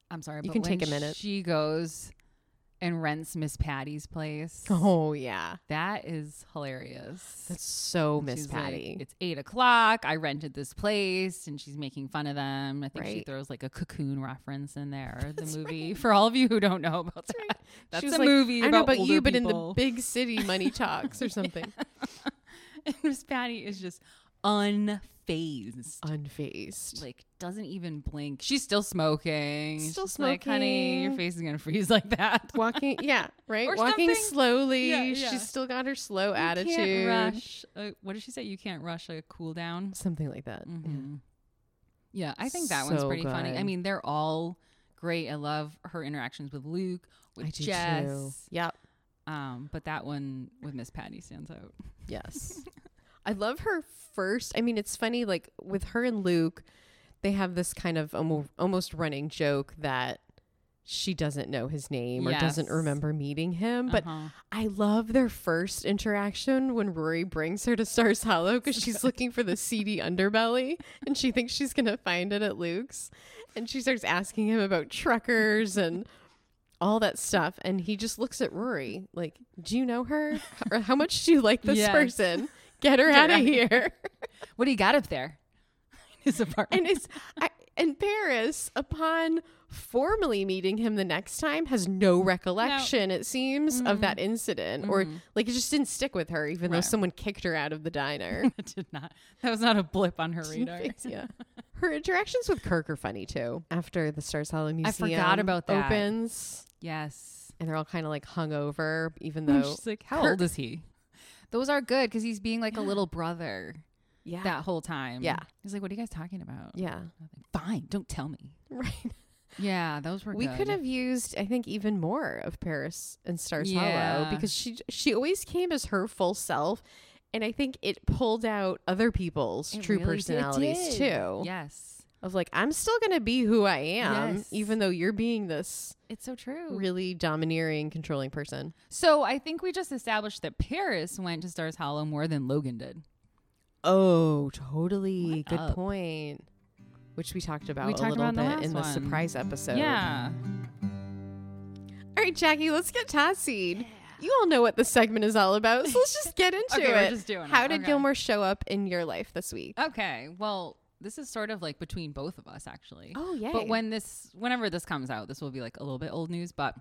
A: I'm sorry,
B: You
A: but
B: can
A: when
B: take a minute.
A: She goes, and rents Miss Patty's place.
B: Oh yeah,
A: That is hilarious.
B: that's so
A: And
B: Miss
A: she's like,
B: Patty.
A: it's eight o'clock. I rented this place, and she's making fun of them. I think she
B: Right.
A: throws like a cocoon reference in there, the movie. For all of you who don't know about that, that's
B: She was
A: a
B: like,
A: movie.
B: I don't know about you,
A: older
B: but in the
A: people.
B: big city, money talks or something.
A: And Miss Patty is just unfazed.
B: Unfazed.
A: Like doesn't even blink. She's still smoking. She's
B: Still
A: just Like, honey, your
B: smoking.
A: face is gonna freeze like that.
B: Walking, yeah, right.
A: Or
B: Walking
A: something.
B: slowly.
A: Yeah, yeah.
B: She's still got her slow attitude.
A: You can't rush. Uh, what did she say? You can't rush a cool down.
B: Something like that. Yeah.
A: Mhm. Yeah, I think that one's
B: So
A: pretty funny. I
B: good.
A: mean, they're all great. I love her interactions with Luke, with
B: I do
A: Jess.
B: too. Yep.
A: Um, but that one with Miss Patty stands out.
B: Yes. I love her first. I mean, it's funny, like with her and Luke, they have this kind of almo- almost running joke that she doesn't know his name or doesn't
A: Yes.
B: remember meeting him. But
A: Uh-huh.
B: I love their first interaction when Rory brings her to Stars Hollow because she's looking for the seedy underbelly and she thinks she's going to find it at Luke's. And she starts asking him about truckers and all that stuff. And he just looks at Rory like, Do you know her? Or how much do you like this
A: Yes.
B: person? Get her out of
A: outta
B: here.
A: what do you got up there? In his apartment.
B: and it's, I, and Paris, upon formally meeting him the next time, has no recollection, it seems, of that incident or like it just didn't stick with her, even
A: Mm-hmm.
B: though
A: Right.
B: someone kicked her out of the diner.
A: That did not. That was not a blip on her radar.
B: yeah. Her interactions with Kirk are funny too. After the Stars Hollow Museum
A: forgot about that.
B: opens
A: Yes.
B: and they're all kind of like hungover, even though
A: She's like, how old is he? Those are good because he's being like a little brother
B: yeah,
A: that whole time.
B: Yeah.
A: He's like, what are you guys talking about?
B: yeah,
A: Nothing. Fine. Don't tell me.
B: right.
A: Yeah, those were
B: We
A: good.
B: could have used, I think, even more of Paris and Stars
A: Yeah.
B: Hollow because she she always came as her full self, and I think it pulled out other people's
A: It
B: true
A: really did- it did.
B: personalities too.
A: Yes.
B: Of like, I'm still gonna be who I am,
A: Yes.
B: even though you're being this
A: It's so true.
B: really domineering, controlling person.
A: So I think we just established that Paris went to Stars Hollow more than Logan did.
B: Oh,
A: What
B: totally. Good
A: up?
B: point. Which we talked about
A: We
B: a
A: talked
B: little
A: about in the
B: bit in the
A: last one.
B: surprise episode.
A: Yeah.
B: All right, Jackie, let's get Tassied. You all know what this segment is all about, so let's just get into
A: Okay,
B: it.
A: we're just doing it.
B: How did
A: Okay.
B: Gilmore show up in your life this week?
A: Okay. Well, this is sort of like between both of us actually.
B: Oh, yeah.
A: But when this whenever this comes out, this will be like a little bit old news, but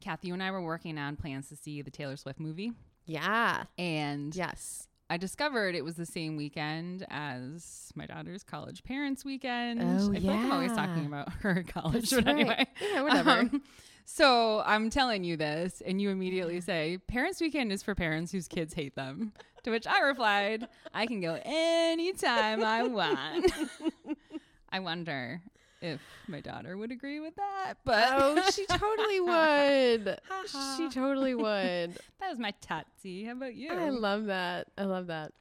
A: Kathy, you and I were working on plans to see the Taylor Swift movie
B: Yeah.
A: and
B: Yes.
A: I discovered it was the same weekend as my daughter's college parents weekend.
B: Oh,
A: I feel like I'm always
B: yeah.
A: talking about her college,
B: That's
A: but
B: right.
A: anyway.
B: Yeah, whatever.
A: Um, so I'm telling you this, and you immediately say, Parents Weekend is for parents whose kids hate them. To which I replied, I can go anytime I want. I wonder if my daughter would agree with that, but
B: oh, she totally would.
A: ha.
B: she totally would.
A: that was my Totsy. How about you?
B: I love that. I love that.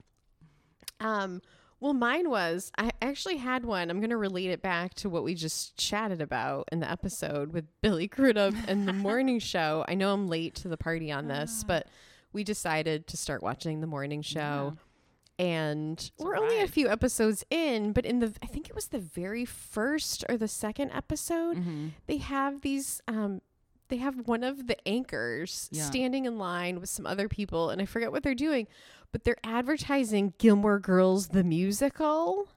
B: Um, well, mine was I actually had one. I'm going to relate it back to what we just chatted about in the episode with Billy Crudup and the morning show. I know I'm late to the party on this, but we decided to start watching the morning show. And we're only a
A: ride.
B: few episodes in, but in the I think it was the very first or the second episode,
A: Mhm.
B: they have these um they have one of the anchors
A: Yeah.
B: standing in line with some other people and i forget what they're doing but they're advertising gilmore girls the musical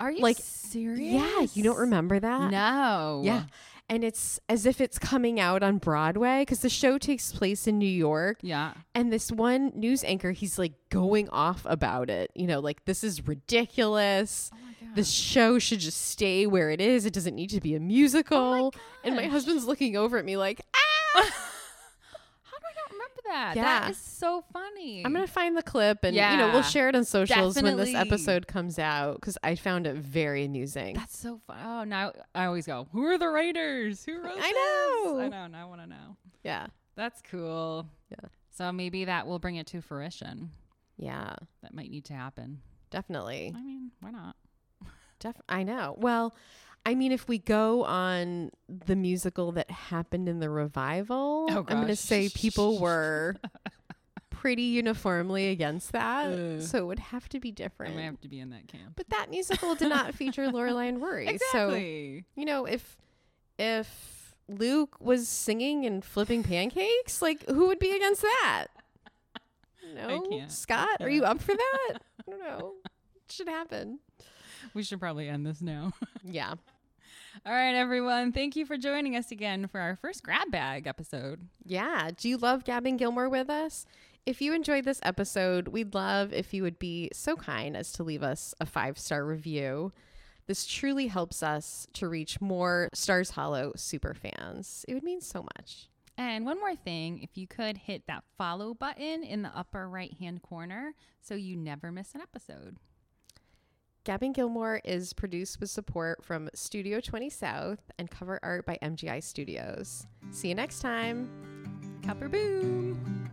A: Are you
B: Like,
A: serious?
B: yeah you don't remember that
A: No.
B: yeah and it's as if it's coming out on broadway because the show takes place in new york
A: Yeah.
B: and this one news anchor he's like going off about it you know like this is ridiculous
A: Oh
B: this show should just stay where it is. It doesn't need to be a musical. and my
A: Oh gosh.
B: husband's looking over at me like, ah!
A: How do I not remember that?
B: Yeah.
A: That is so funny.
B: I'm gonna find the clip and you know
A: Yeah.
B: we'll share it on socials when this
A: Definitely.
B: episode comes out because I found it very amusing.
A: That's so fun. Oh, now I always go. Who are the writers? Who wrote
B: I
A: this?"
B: know.
A: I know. Now I want to know.
B: yeah,
A: That's cool.
B: Yeah.
A: So maybe that will bring it to fruition.
B: yeah,
A: That might need to happen.
B: definitely.
A: I mean, why not?
B: Def- I know. Well, I mean, if we go on the musical that happened in the revival,
A: Oh,
B: I'm gonna
A: gosh.
B: say people were pretty uniformly against that,
A: Ugh.
B: so it would have to be
A: I
B: different.
A: may have to be in that camp.
B: but that musical did not feature Lorelai and Rory, so
A: Exactly.
B: you know if if Luke was singing and flipping pancakes, like who would be against that? No,
A: can't. I
B: Scott, are you up for that? I don't know. It should happen.
A: We should probably end this now.
B: Yeah.
A: All right, everyone. Thank you for joining us again for our first grab bag episode.
B: Yeah. Do you love Gavin Gilmore with us? If you enjoyed this episode, we'd love if you would be so kind as to leave us a five star review. This truly helps us to reach more Stars Hollow super fans. It would mean so much.
A: And one more thing if you could hit that follow button in the upper right hand corner so you never miss an episode.
B: Gavin Gilmore is produced with support from Studio 20 South and cover art by MGI Studios. See you next time.
A: Copper Boom!